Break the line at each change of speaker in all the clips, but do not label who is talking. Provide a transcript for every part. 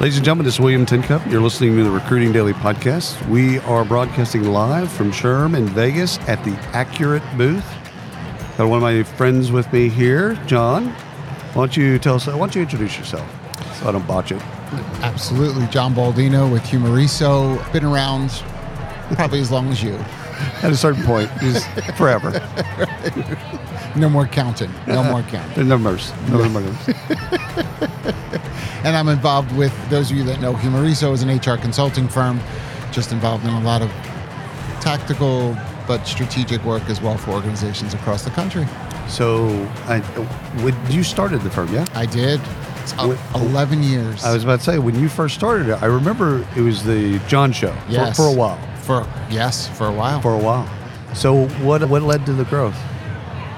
Ladies and gentlemen, this is William Tincup. You're listening to the Recruiting Daily Podcast. We are broadcasting live from Sherm in Vegas at the Accurate booth. Got one of my friends with me here, John. Why don't you tell us? Why don't you introduce yourself? So I don't botch it.
Absolutely. John Baldino with Humoriso. Been around probably as long as you.
At a certain point, just forever.
No more counting. No more counting.
There's no mercy. No mercy.
And I'm involved with those of you that know Humoriso is an HR consulting firm, just involved in a lot of tactical but strategic work as well for organizations across the country.
So, I, when you started the firm, yeah?
I did. It's el-
With-
11 years.
I was about to say when you first started it, I remember it was the John Show for-
yes.
for, a while.
For yes, for a while.
For a while. So what what led to the growth?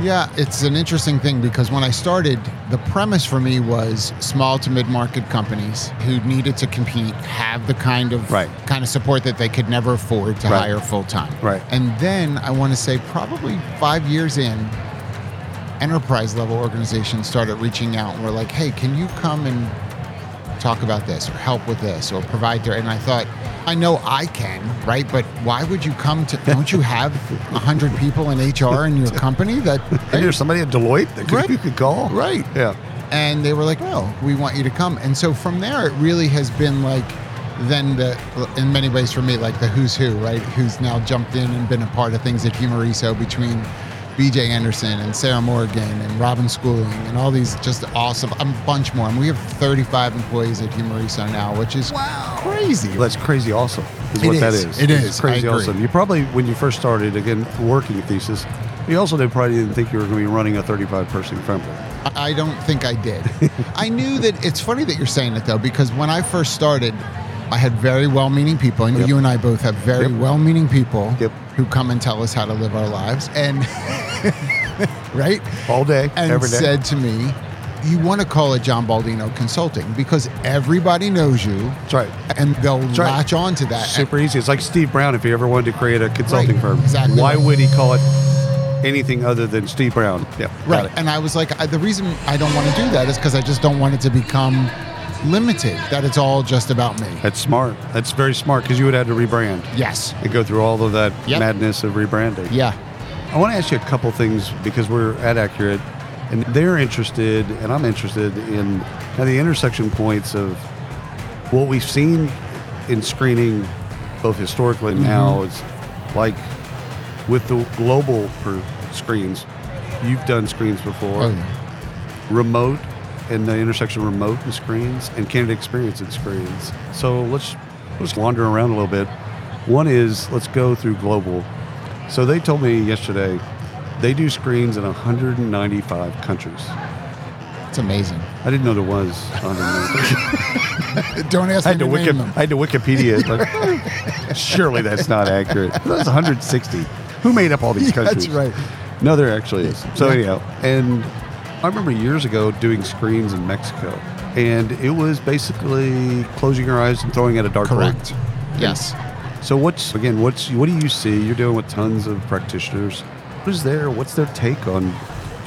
Yeah, it's an interesting thing because when I started, the premise for me was small to mid-market companies who needed to compete have the kind of
Right.
kind of support that they could never afford to
Right.
hire full time.
Right.
And then I want to say probably 5 years in enterprise level organizations started reaching out and were like, "Hey, can you come and talk about this or help with this or provide their and I thought I know I can, right? But why would you come to don't you have 100 people in HR in your company that
And there's somebody at Deloitte that could,
Right.
you could call.
Right.
Yeah.
and they were like, "Well, we want you to come." And so from there, it really has been like, then the in many ways for me, like the who's who, right? Who's now jumped in and been a part of things at Humoriso between B.J. Anderson and Sarah Morgan and Robin Schooling and all these just awesome. A bunch more. And we have 35 employees at Humoriso now, which is crazy.
That's crazy awesome is
It
what that
is.
is.
It
It's
is. I
Crazy
agree.
awesome. You probably when you first started, again working thesis, you also did probably didn't think you were gonna be running a thirty five person firm.
I don't think I did. I knew that it's funny that you're saying it though, because when I first started, I had very well meaning people. I know
Yep.
you and I both have very
Yep.
well meaning people
Yep.
who come and tell us how to live our lives. And, right?
All day,
And
every day.
said to me, you want to call it John Baldino Consulting because everybody knows you
That's right.
and they'll
right.
latch on to that.
Super easy. It's like Steve Brown if he ever wanted to create a consulting
Right.
firm.
Exactly.
Why would he call it anything other than Steve Brown? Yeah. got
Right.
it.
And I was like, I, the reason I don't want to do that is because I just don't want it to become limited, that it's all just about me.
That's smart. That's very smart because you would have to rebrand
Yes.
and go through all of that
Yep.
madness of rebranding.
Yeah.
I want to ask you a couple things because we're at Accurate and they're interested, and I'm interested in kind of the intersection points of what we've seen in screening, both historically and now, is
Mm-hmm.
like with the global per screens. You've done screens before,
Oh, yeah.
remote and the intersection of remote and screens and candidate experience and screens. So let's let's wander around a little bit. One is let's go through global. So they told me yesterday they do screens in 195 countries.
It's amazing.
I didn't know there was 195.
Don't ask
I had
me
to,
to
Wiki-
name them.
I had to Wikipedia it. Like, surely that's not accurate. That's 160. Who made up all these countries?
That's right.
No, there actually is. So
Yeah.
anyhow, and I remember years ago doing screens in Mexico, and it was basically closing your eyes and throwing at a dartboard.
Correct. Yes.
So what's again? What's what do you see? You're dealing with tons of practitioners. Who's there? What's their take on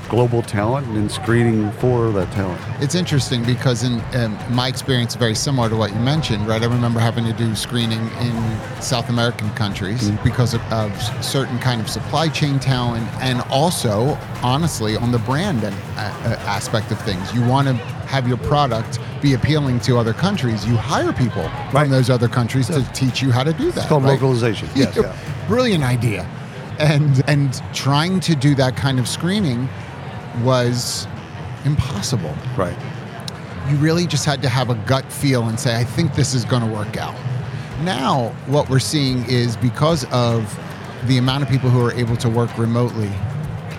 global talent and screening for that talent?
It's interesting because in um, my experience, very similar to what you mentioned, right? I remember having to do screening in South American countries
Mm-hmm.
because of, of s- certain kind of supply chain talent, and also, honestly, on the brand and uh, uh, aspect of things. You want to have your product be appealing to other countries. You hire people
Right.
from those other countries
Yeah.
to teach you how to do that.
It's called
right?
localization. Yes. yeah.
Brilliant idea. And and trying to do that kind of screening was impossible.
Right.
You really just had to have a gut feel and say, I think this is going to work out. Now, what we're seeing is because of the amount of people who are able to work remotely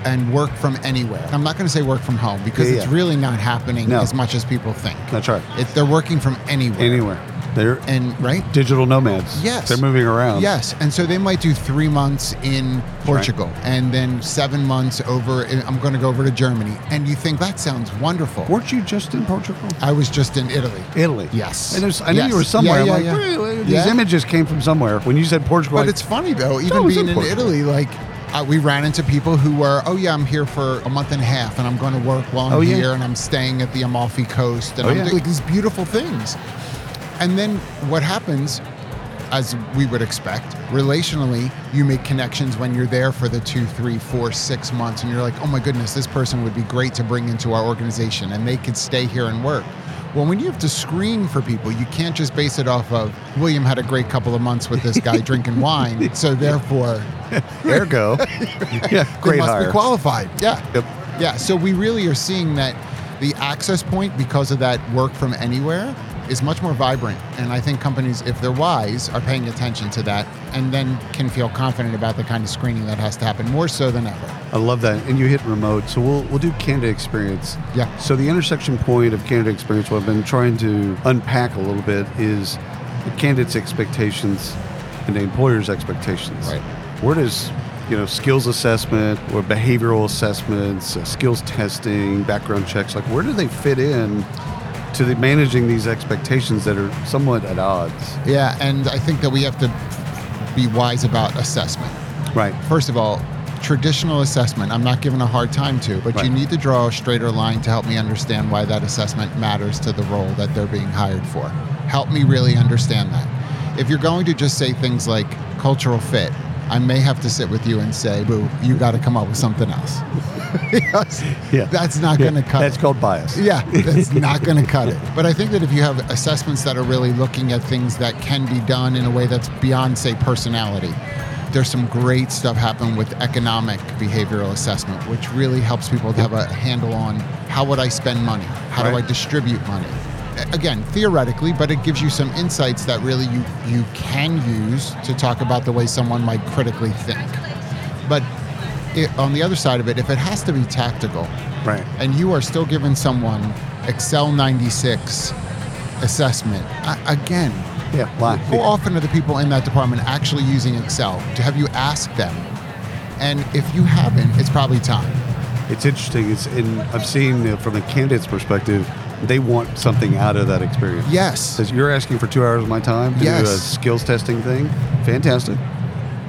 and work from anywhere. I'm not going to say work from home because
Yeah,
it's
yeah.
really not happening
No.
as much as people think.
That's right.
It, they're working from anywhere.
Anywhere. They're
And right?
digital nomads.
Yes.
They're moving around.
Yes, and so they might do three months in Portugal and then seven months over. I'm going to go over to Germany, and you think that sounds wonderful.
Weren't you just in Portugal?
I was just in Italy.
Italy.
Yes.
And there's, I
Yes.
knew you were somewhere.
Yeah, yeah,
I'm
yeah.
like, really? these
Yeah.
images came from somewhere. When you said Portugal,
But
I-
it's funny though, even
was in
being in,
Portugal.
Italy, like uh, we ran into people who were, oh yeah, I'm here for a month and a half, and I'm going to work while I'm
Oh, yeah.
here, and I'm staying at the Amalfi Coast, and
Oh,
I'm
yeah.
doing like these beautiful things. And then what happens, as we would expect, relationally, you make connections when you're there for the two, three, four, six months, and you're like, oh my goodness, this person would be great to bring into our organization, and they could stay here and work. Well, when you have to screen for people, you can't just base it off of William had a great couple of months with this guy drinking wine, so therefore
Ergo, yeah,
they
great
must be
hire.
qualified. Yeah.
Yep.
Yeah, so we really are seeing that the access point, because of that work from anywhere, is much more vibrant. And I think companies, if they're wise, are paying attention to that and then can feel confident about the kind of screening that has to happen more so than ever.
I love that. And you hit remote. So we'll, we'll do Canada Experience.
Yeah.
So the intersection point of Canada Experience, what I've been trying to unpack a little bit is the candidate's expectations and the employer's expectations.
Right.
Where does, you know, skills assessment or behavioral assessments, uh, skills testing, background checks, like where do they fit in to the managing these expectations that are somewhat at odds?
Yeah, and I think that we have to be wise about assessment.
Right.
First of all, traditional assessment, I'm not giving a hard time to, but you
Right.
need to draw a straighter line to help me understand why that assessment matters to the role that they're being hired for. Help me really understand that. If you're going to just say things like cultural fit, I may have to sit with you and say, boo, you got to come up with something else. Because
Yeah.
That's not going to cut
That's
it.
called bias.
Yeah, that's not going to cut it. But I think that if you have assessments that are really looking at things that can be done in a way that's beyond, say, personality, there's some great stuff happening with economic behavioral assessment, which really helps people to have a handle on how would I spend money? How do I
Right.
distribute money? A- Again, theoretically, but it gives you some insights that really you, you can use to talk about the way someone might critically think. But it, on the other side of it, if it has to be tactical,
Right.
and you are still giving someone Excel 96 assessment, I, again,
Yeah. Why?
how often are the people in that department actually using Excel? To have you ask them? And if you haven't, it's probably time.
It's interesting. It's in, I've seen uh, from a candidate's perspective, they want something out of that experience.
Yes.
Says you're asking for two hours of my time to do a
Yes.
skills testing thing. Fantastic.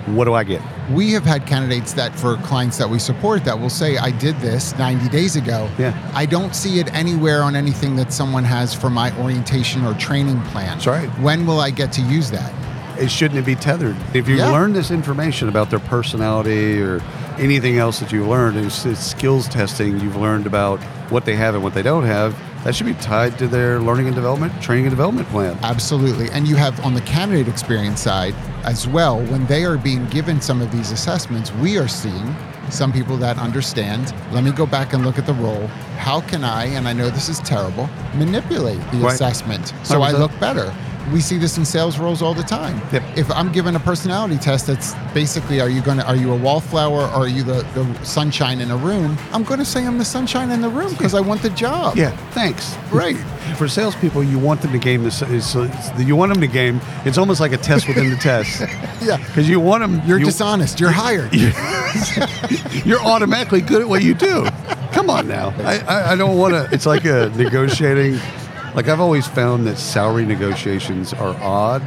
What do I get?
we have had candidates that for clients that we support that will say i did this 90 days ago
Yeah.
i don't see it anywhere on anything that someone has for my orientation or training plan
That's right.
when will i get to use that
It shouldn't it be tethered. If you
Yeah.
learn this information about their personality or anything else that you learned, it's, it's skills testing. You've learned about what they have and what they don't have. That should be tied to their learning and development, training and development plan.
Absolutely. And you have on the candidate experience side as well, when they are being given some of these assessments, we are seeing some people that understand, let me go back and look at the role. How can I, and I know this is terrible, manipulate the
Right.
assessment so I
100%.
look better? We see this in sales roles all the time.
Yep.
If I'm given a personality test that's basically are you gonna are you a wallflower or are you the, the sunshine in a room, I'm gonna say I'm the sunshine in the room because I want the job.
Yeah, thanks.
Right.
For salespeople, you want them to game this. So it's- you want them to game. It's almost like a test within the test,
Yeah.
because you want them.
You're
you,
dishonest, you're hired.
You're automatically good at what you do. Come on now. I, I, I don't want to. It's like a negotiating. Like I've always found that salary negotiations are odd,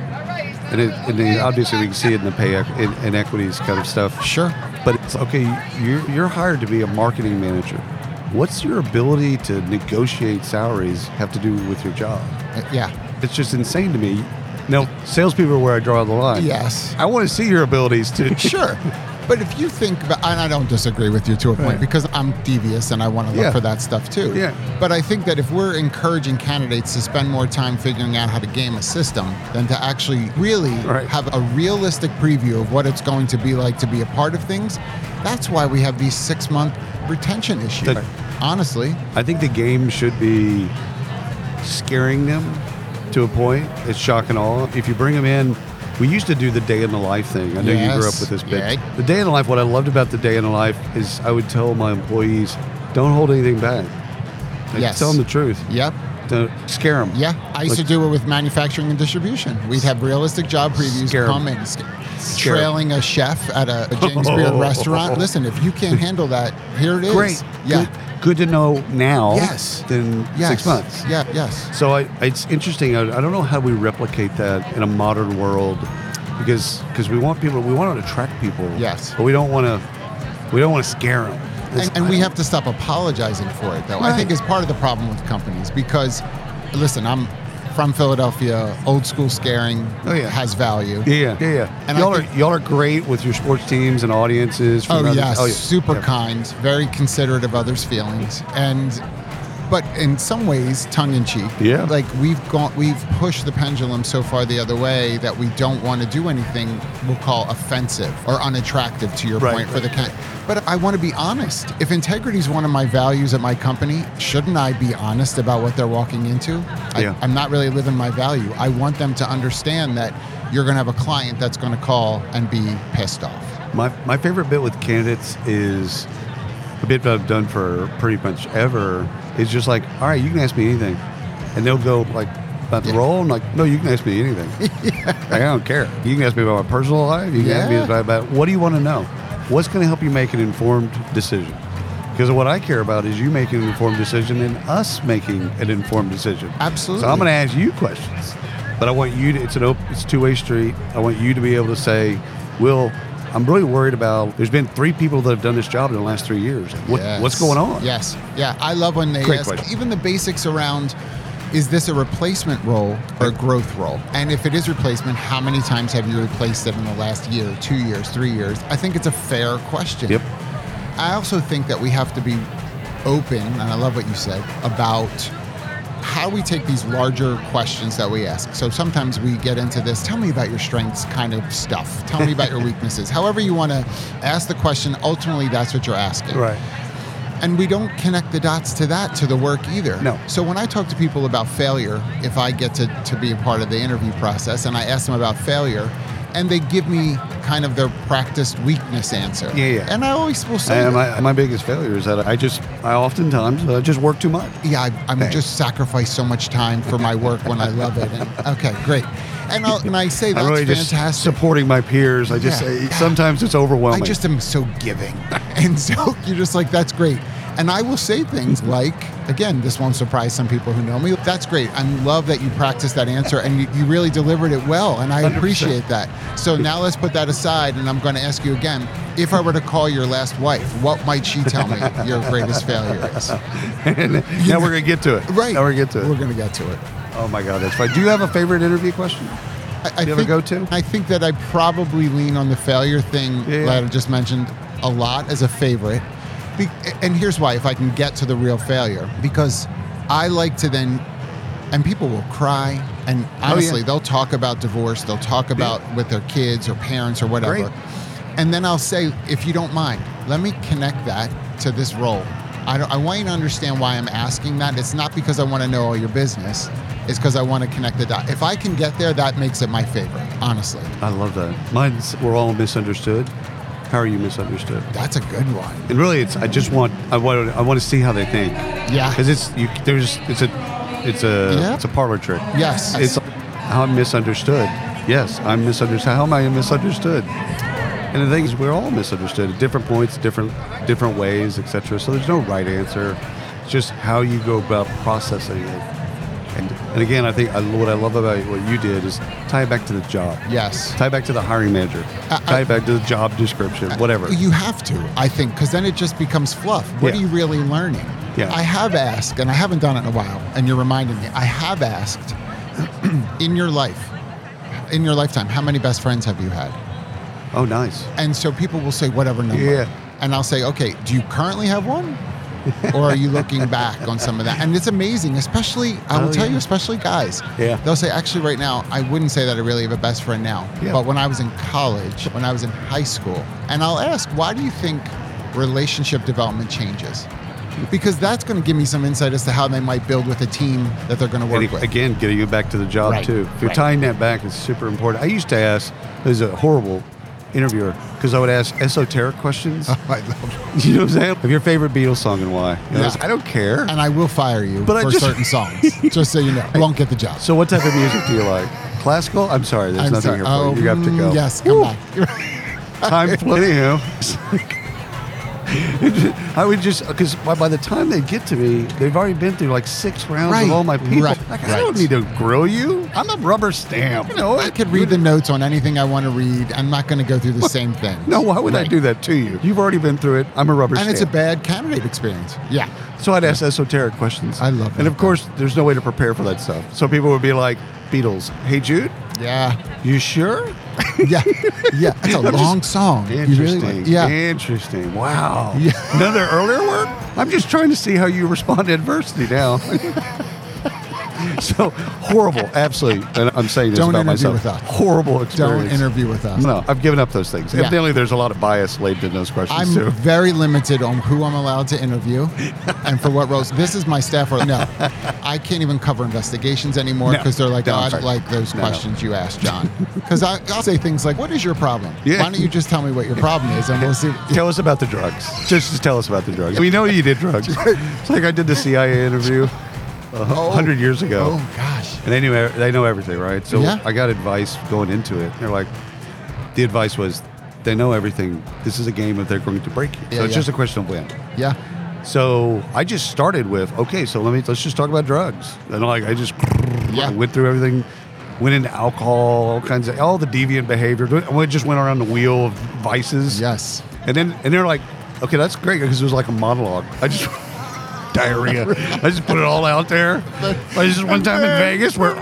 and, it, and then obviously we can see it in the pay equ- in, inequities kind of stuff.
Sure.
But it's okay, you're, you're hired to be a marketing manager. What's your ability to negotiate salaries have to do with your job?
Uh, Yeah.
It's just insane to me. Now, salespeople are where I draw the line.
Yes.
I want to see your abilities too.
Sure. But if you think about, and I don't disagree with you to a point
Right.
because I'm devious and I want to look
Yeah.
for that stuff too.
Yeah.
But I think that if we're encouraging candidates to spend more time figuring out how to game a system than to actually really
Right.
have a realistic preview of what it's going to be like to be a part of things, that's why we have these six month retention issues.
That-
Honestly,
I think the game should be scaring them to a point. It's shock and awe. If you bring them in, we used to do the day in the life thing. I know you grew up
Yes.
with this bit.
Yeah.
The day in the life, what I loved about the day in the life is I would tell my employees, don't hold anything back. Like,
Yes.
Tell them the truth.
yep.
Don't scare them.
Yeah. I used
Like-
to do it with manufacturing and distribution. We'd have realistic job previews
Scare 'em.
come in. sca-
Scare 'em.
trailing a chef at a, a James Beard restaurant. Listen, if you can't handle that, here it is.
Great.
Yeah.
Good, good to know now
Yes.
than
Yes.
six months.
Yeah. Yes.
So I, it's interesting. I, I don't know how we replicate that in a modern world, because because we want people, we want to attract people.
Yes.
But we don't want to, we don't want to scare them.
And, and we have to stop apologizing for it, though. I think
Right.
is part of the problem with companies because, listen, I'm from Philadelphia, old school scaring
Oh, yeah.
has value.
Yeah, yeah, yeah.
And I
y'all
think-
are y'all are great with your sports teams and audiences. From
Oh
other-
yes, super
Yeah.
kind, very considerate of others' feelings, and but in some ways, tongue in cheek.
Yeah.
like we've gone, we've pushed the pendulum so far the other way that we don't want to do anything we'll call offensive or unattractive. To your
Right,
point, for the kind. But I want to be honest. If integrity is one of my values at my company, shouldn't I be honest about what they're walking into? I,
Yeah.
I'm not really living my value. I want them to understand that you're going to have a client that's going to call and be pissed off.
My, my favorite bit with candidates is a bit that I've done for pretty much ever is just like, all right, you can ask me anything. And they'll go like, about the
Yeah.
role? I'm like, no, you can ask me anything. Like, I don't care. You can ask me about my personal life. You can ask me
Yeah.
about, about what do you want to know? What's going to help you make an informed decision? Because what I care about is you making an informed decision and us making an informed decision.
Absolutely.
So I'm going to ask you questions, but I want you to. It's an open, it's two way street. I want you to be able to say, "Will, I'm really worried about. There's been three people that have done this job in the last three years. What,
Yes.
What's going on?
Yes. Yeah. I love when they
Great
ask
question.
even the basics around is this a replacement role or a growth role? And if it is replacement, how many times have you replaced it in the last year, two years, three years? I think it's a fair question.
Yep.
I also think that we have to be open, and I love what you said, about how we take these larger questions that we ask. So sometimes we get into this, tell me about your strengths kind of stuff. Tell me about your weaknesses. However you want to ask the question, ultimately that's what you're asking.
Right.
And we don't connect the dots to that to the work either.
No.
So when I talk to people about failure, if I get to, to be a part of the interview process and I ask them about failure, and they give me kind of their practiced weakness answer.
Yeah, yeah.
And I always will say,
And
that,
my, my biggest failure is that I just, I oftentimes uh, just work too much.
yeah, I, I'm
Thanks.
just sacrifice so much time for my work when I love it. And, okay, great. And, I'll, and I say that's
I'm really just
fantastic.
supporting my peers. I just
Yeah.
uh, sometimes it's
I
overwhelming.
just am so giving. and so you're just like, that's great. And I will say things
Mm-hmm.
like, again, this won't surprise some people who know me. That's great. I love that you practiced that answer and you, you really delivered it well. And I
100%.
appreciate that. So now let's put that aside. And I'm going to ask you again if I were to call your last wife, what might she tell me your greatest failure is?
now we're gonna get to it.
Right.
Now we're gonna get to it.
We're going to get to it.
oh my god, that's fine. Do you have a favorite interview question?
I, I
You have a
think,
go-to?
I think that I probably lean on the failure thing
Yeah.
that I just mentioned a lot as a favorite. Be- and here's why, if I can get to the real failure, because I like to then, and people will cry, and
Oh, yeah.
honestly, they'll talk about divorce, they'll talk about with their kids or parents or whatever.
Great.
And then I'll say, if you don't mind, let me connect that to this role. I, don't, I want you to understand why I'm asking that. It's not because I want to know all your business. It's because I want to connect the dot. If I can get there, that makes it my favorite, honestly.
I love that. Mine's we're all misunderstood. How are you misunderstood?
That's a good one.
And really, it's I just want I want I want to see how they think.
Yeah.
Because it's you, there's it's a it's a
Yeah.
it's a parlor trick.
Yes.
It's how I'm misunderstood. Yes, I'm misunderstood. How am I misunderstood? And the thing is, we're all misunderstood at different points, different different ways, etc. So there's no right answer. It's just how you go about processing it. And, and again, I think I, what I love about what you did is tie it back to the job.
Yes.
Tie it back to the hiring manager.
I-
tie it back to the job description. Whatever.
You have to, I think, because then it just becomes fluff. What
Yeah.
are you really learning?
Yeah.
I have asked, and I haven't done it in a while, and you're reminding me, I have asked in your life, in your lifetime, how many best friends have you had?
oh, nice.
And so people will say whatever number.
Yeah.
And I'll say, okay, do you currently have one? or are you looking back on some of that? And it's amazing, especially, I will
Oh,
tell
yeah.
you, especially guys.
Yeah.
They'll say, actually, right now, I wouldn't say that I really have a best friend now.
Yeah.
But when I was in college, when I was in high school, and I'll ask, why do you think relationship development changes? Because that's going to give me some insight as to how they might build with a team that they're going to work
And
with.
again, getting it back to the job
Right,
too. If you're
right.
tying that back is super important. I used to ask, as a horrible interviewer, because I would ask esoteric questions.
I love
you know what I'm saying? Of your favorite Beatles song and why? You know,
Yeah.
it's, I don't care.
and I will fire you
But I
for
just-
certain songs, just so you know. You won't get the job.
So, what type of music do you like? Classical? I'm sorry, there's
I'm
nothing here
sorry.
for you. You have to
mm,
go.
Yes, come
Woo.
back.
Time flew. Anywho, I would just because by, by the time they get to me, they've already been through like six rounds
Right,
of all my people.
right,
like I
right.
don't need to grill you. I'm a rubber stamp. You know,
I could read the notes on anything I want to read. I'm not going to go through the same thing.
No, why would I
Right.
do that to you? You've already been through it. I'm a rubber
And
stamp.
it's a bad candidate experience. Yeah.
So I'd ask esoteric questions.
I love
And
that.
of course, there's no way to prepare for that stuff. So people would be like, Beatles, hey Jude,
Yeah.
you sure?
Yeah. Yeah. That's a long song. You really-
Interesting.
yeah.
Interesting. Wow.
Yeah.
Another earlier work? I'm just trying to see how you respond to adversity now. so horrible. Absolutely. And I'm saying this
Don't
about
interview
myself.
with us.
Horrible
Don't
experience.
interview with us.
No, I've given up those things.
Yeah.
Evidently, there's a lot of bias laid in those questions,
I'm
too.
very limited on who I'm allowed to interview and for what roles. This is my staff. Or, no, I can't even cover investigations anymore
No.
because they're like,
No,
oh,
I'm
I don't
sorry.
like those
No, no.
questions you asked, John. Because I'll say things like, what is your problem?
Yeah.
Why don't you just tell me what your problem is and we'll see.
Tell us about the drugs. Just, just tell us about the drugs. We know you did drugs. It's like I did the CIA interview a
Oh.
hundred years ago.
Oh, gosh.
And they knew ev- they know everything, right? So
Yeah.
I got advice going into it. They're like, the advice was, they know everything. This is a game if they're going to break you. so
Yeah,
it's
yeah.
just a question of when.
Yeah.
So I just started with, okay, so let me let's just talk about drugs. And like I just
Yeah.
went through everything, went into alcohol, all kinds of all the deviant behavior. We just went around the wheel of vices.
Yes.
And then and they're like, okay, that's great because it was like a monologue. I just diarrhea. I just put it all out there. I just one time in Vegas where.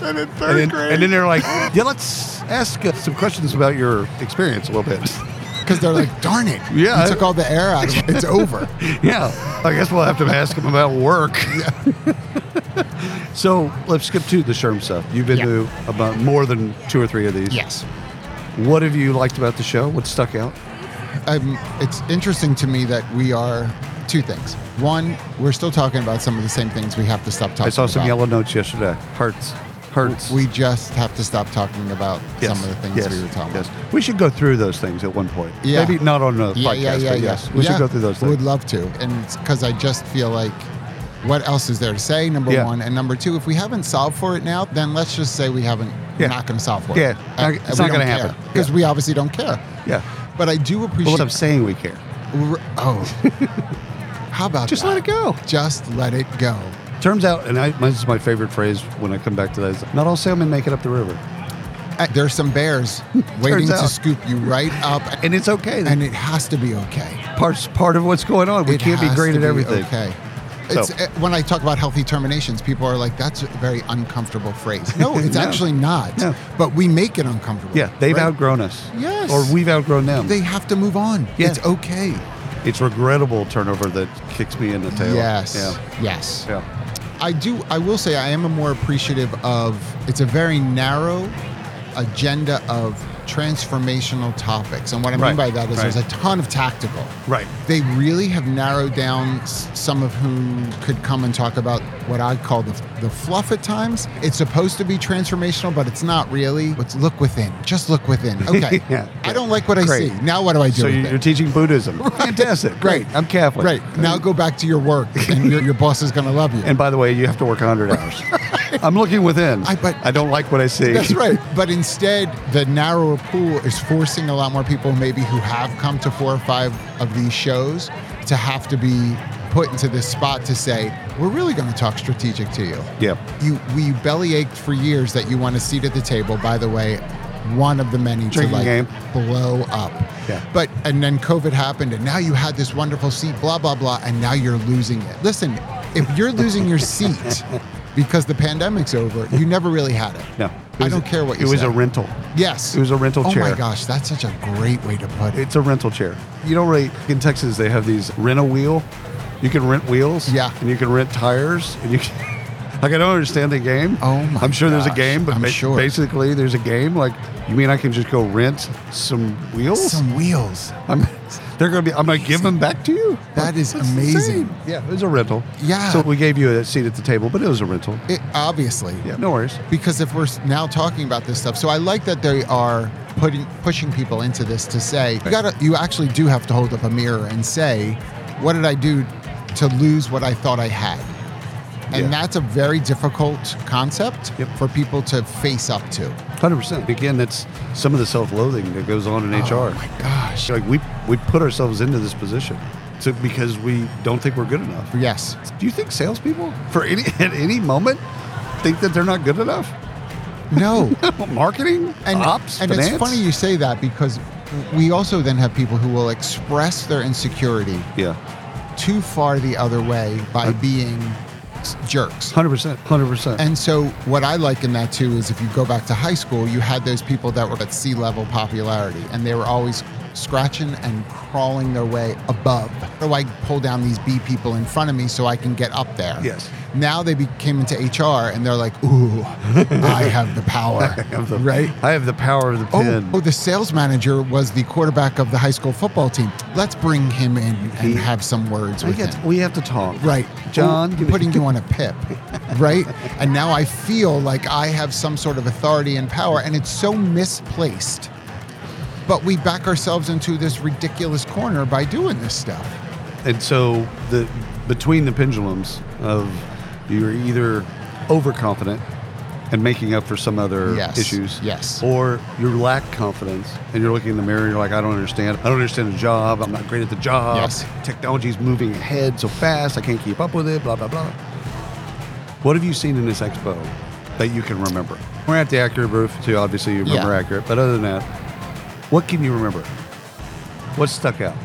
And in third
And then, and then they're like, yeah, let's ask uh, some questions about your experience a little bit.
because they're like, darn it.
Yeah.
You took all the air out of it. It's over.
yeah, I guess we'll have to ask them about work. so let's skip to the Sherm stuff. You've been
Yeah.
to about more than two or three of these.
Yes.
What have you liked about the show? What stuck out?
um, it's interesting to me that we are two things. One, we're still talking about some of the same things we have to stop talking about.
I saw some yellow notes yesterday. Hurts. Hurts.
We just have to stop talking about
Yes,
some of the things
yes,
we were talking
yes.
about.
We should go through those things at one point.
Yeah.
Maybe not on a
Yeah,
podcast,
yeah, yeah,
but
yeah.
yes. We
Yeah,
should go through those things.
Would love to. And because I just feel like what else is there to say, number
Yeah.
one? And number two, if we haven't solved for it now, then let's just say we haven't,
Yeah.
we're not going to solve for
Yeah,
it. Uh,
not- it's not gonna happen.
Because
Yeah.
we obviously don't care.
yeah.
But I do
Well,
appreciate.
I'm saying we care.
r- oh. How about
Just
that?
let it go.
Just let it go.
Turns out, and I, this is my favorite phrase when I come back to that, is not all salmon make it up the river.
Uh, There's some bears waiting
Turns
to
out.
scoop you right up,
And it's okay.
and it has to be okay.
part's part of what's going on. We
It
can't be
has
great
to
at
be
everything.
Okay. It's,
So-
uh, when I talk about healthy terminations, people are like, "That's a very uncomfortable phrase." No, it's
No.
actually not.
No.
But we make it uncomfortable.
Yeah, they've
right?
outgrown us.
Yes.
Or we've outgrown them.
They have to move on.
Yeah.
It's okay.
it's regrettable turnover that kicks me in the tail.
Yes.
Yeah.
Yes.
Yeah.
I do. I will say I am a more appreciative of. It's a very narrow agenda of transformational topics, and what I
Right,
mean by that is
right.
there's a ton of tactical.
Right.
They really have narrowed down s- some of who could come and talk about what I call the, the fluff at times. It's supposed to be transformational, but it's not really. It's look within. Just look within. Okay.
Yeah, yeah.
I don't like what I
Great.
see. Now what do I do?
So
with
you-
it?
you're teaching Buddhism. Fantastic. Great. I'm Catholic.
Right. Now go back to your work, and your, your boss is going to love you.
And by the way, you have to work 100 hours. I'm looking within.
I- but-
I don't like what I see.
That's right. But instead, the narrower pool is forcing a lot more people, maybe who have come to four or five of these shows, to have to be put into this spot to say, we're really going to talk strategic to you.
Yeah.
You, we belly ached for years that you want a seat at the table. By the way, one of the many
Drinking
to like
game.
blow up.
Yeah.
But and then COVID happened, and now you had this wonderful seat, blah blah blah, and now you're losing it. Listen, if you're losing your seat because the pandemic's over, you never really had it.
No. It
I
was-
don't care what you
It was
said.
a rental.
Yes.
It was a rental
oh
chair.
my gosh, that's such a great way to put it.
It's a rental chair. You don't really in Texas they have these rent a wheel. You can rent wheels.
Yeah.
And you can rent tires. And you can like I don't understand the game.
Oh my
I'm sure there's a
gosh,
game, but
I'm
ba-
sure.
basically there's a game. Like you mean I can just go rent some wheels?
Some wheels.
I'm, they're gonna be. I'm gonna give them back to you.
That is
That's
amazing.
insane. Yeah, it was a rental.
Yeah.
So we gave you a seat at the table, but it was a rental.
It, obviously.
Yeah. No worries.
because if we're s- now talking about this stuff, so I like that they are putting pushing people into this to say you got to you actually do have to hold up a mirror and say, what did I do to lose what I thought I had? And
Yeah.
that's a very difficult concept
Yep.
for people to face up to.
Oh Hundred percent. Again, that's some of the self-loathing that goes on in HR.
Gosh.
Like we we put ourselves into this position to, because we don't think we're good enough.
Yes.
Do you think salespeople, for any at any moment, think that they're not good enough?
No.
Marketing,
and,
ops,
and
finance?
it's funny you say that because we also then have people who will express their insecurity
Yeah,
too far the other way by being s- jerks.
hundred percent, hundred percent.
And so, what I liken that to is if you go back to high school, you had those people that were at sea level popularity and they were always scratching and crawling their way above. How do I pull down these B people in front of me so I can get up there?
Yes.
Now they became into HR and they're like, ooh, I have the power. right?
I have the power of the
Oh,
pen.
oh, the sales manager was the quarterback of the high school football team. Let's bring him in and
He-
have some words
we,
with him.
have to, we have to talk,
Right.
John?
Ooh,
give me-
putting you on a pip, right? And now I feel like I have some sort of authority and power, and it's so misplaced. But we back ourselves into this ridiculous corner by doing this stuff.
and so the between the pendulums of you're either overconfident and making up for some other
Yes,
issues
yes.
or you lack confidence and you're looking in the mirror and you're like i don't understand i don't understand the job i'm not great at the job
Yes.
technology's moving ahead so fast i can't keep up with it blah blah blah what have you seen in this expo that you can remember we're at the accurate booth too obviously you remember
Yeah.
accurate but other than that what can you remember what stuck out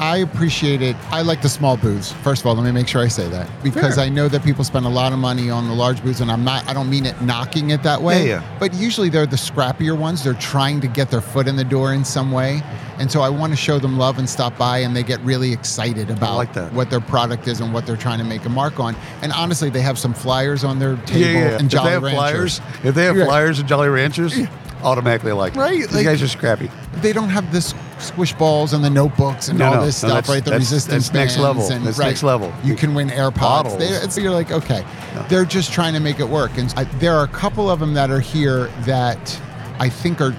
I appreciate it. I like the small booths. First of all, let me make sure I say that because
Sure.
I know that people spend a lot of money on the large booths, and I'm not. I don't mean it knocking it that way.
Yeah, yeah.
But usually they're the scrappier ones. They're trying to get their foot in the door in some way, and so I want to show them love and stop by, and they get really excited about
like that.
what their product is and what they're trying to make a mark on. And honestly, they have some flyers on their table and Jolly
if they have
Ranchers.
flyers, if they have
Yeah.
flyers and Jolly Ranchers, automatically like it.
Right,
You
like-
guys are scrappy.
They don't have this squish balls and the notebooks and
No,
all
no,
this
no,
stuff,
that's-
right? The
that's-
resistance
that's next
bands
level.
And,
That's
right,
next level.
You can win AirPods.
Bottles.
They, it's- you're like, okay, they're just trying to make it work. And I, there are a couple of them that are here that I think are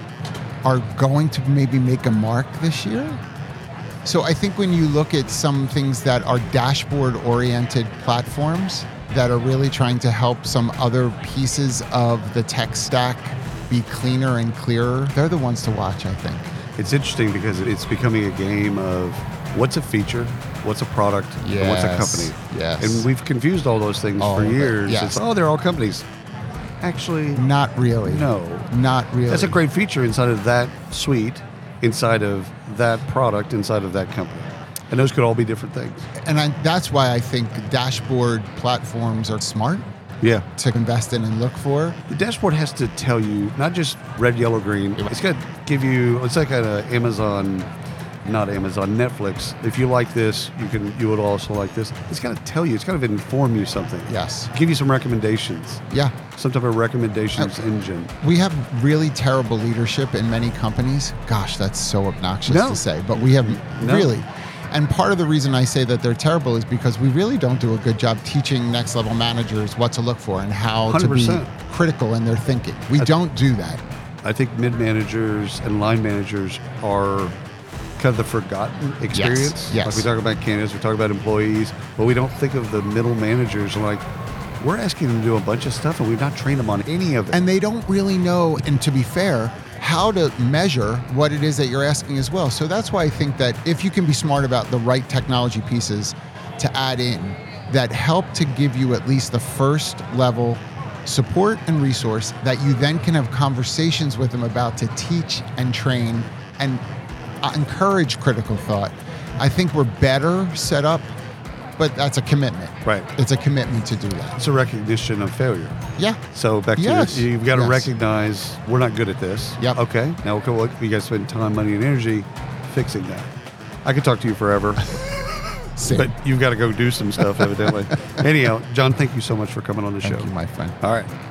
are going to maybe make a mark this year. So I think when you look at some things that are dashboard oriented platforms that are really trying to help some other pieces of the tech stack be cleaner and clearer, they're the ones to watch, I think.
It's interesting because it's becoming a game of what's a feature, what's a product, and what's a
Yes,
company.
yes.
And we've confused all those things
All
for
of it,
years.
yes.
It's oh, they're all companies. Actually,
Not really.
No.
Not really.
that's a great feature inside of that suite, inside of that product, inside of that company. And those could all be different things.
And I, that's why I think dashboard platforms are smart
Yeah.
to invest in and look for.
The dashboard has to tell you not just red, yellow, green. It's got to give you. It's like an uh, Amazon, not Amazon, Netflix. If you like this, you can. You would also like this. It's got to tell you. It's got to inform you something.
Yes.
Give you some recommendations.
Yeah.
Some type of recommendations engine.
We have really terrible leadership in many companies. Gosh, that's so obnoxious
No.
to say, but we have
No.
really. And part of the reason I say that they're terrible is because we really don't do a good job teaching next level managers what to look for and how to be
100%.
critical in their thinking. We don't do that.
I think mid managers and line managers are kind of the forgotten experience.
yes.
Like we talk about candidates, we talk about employees, but we don't think of the middle managers like. We're asking them to do a bunch of stuff, and we've not trained them on any of it.
and they don't really know and to be fair how to measure what it is that you're asking as well so that's why i think that if you can be smart about the right technology pieces to add in that help to give you at least the first level support and resource that you then can have conversations with them about to teach and train and uh, encourage critical thought i think we're better set up but that's a commitment
Right.
it's a commitment to do that
it's a recognition of failure.
yeah
So back
Yes.
to you've got to
Yes.
recognize we're not good at this.
Yep.
Okay. Now okay, well, you guys spend time, money, and energy fixing that. I could talk to you forever,
Same.
but you've got to go do some stuff evidently. Anyhow, John, thank you so much for coming on the
thank
show.
you my friend
All right.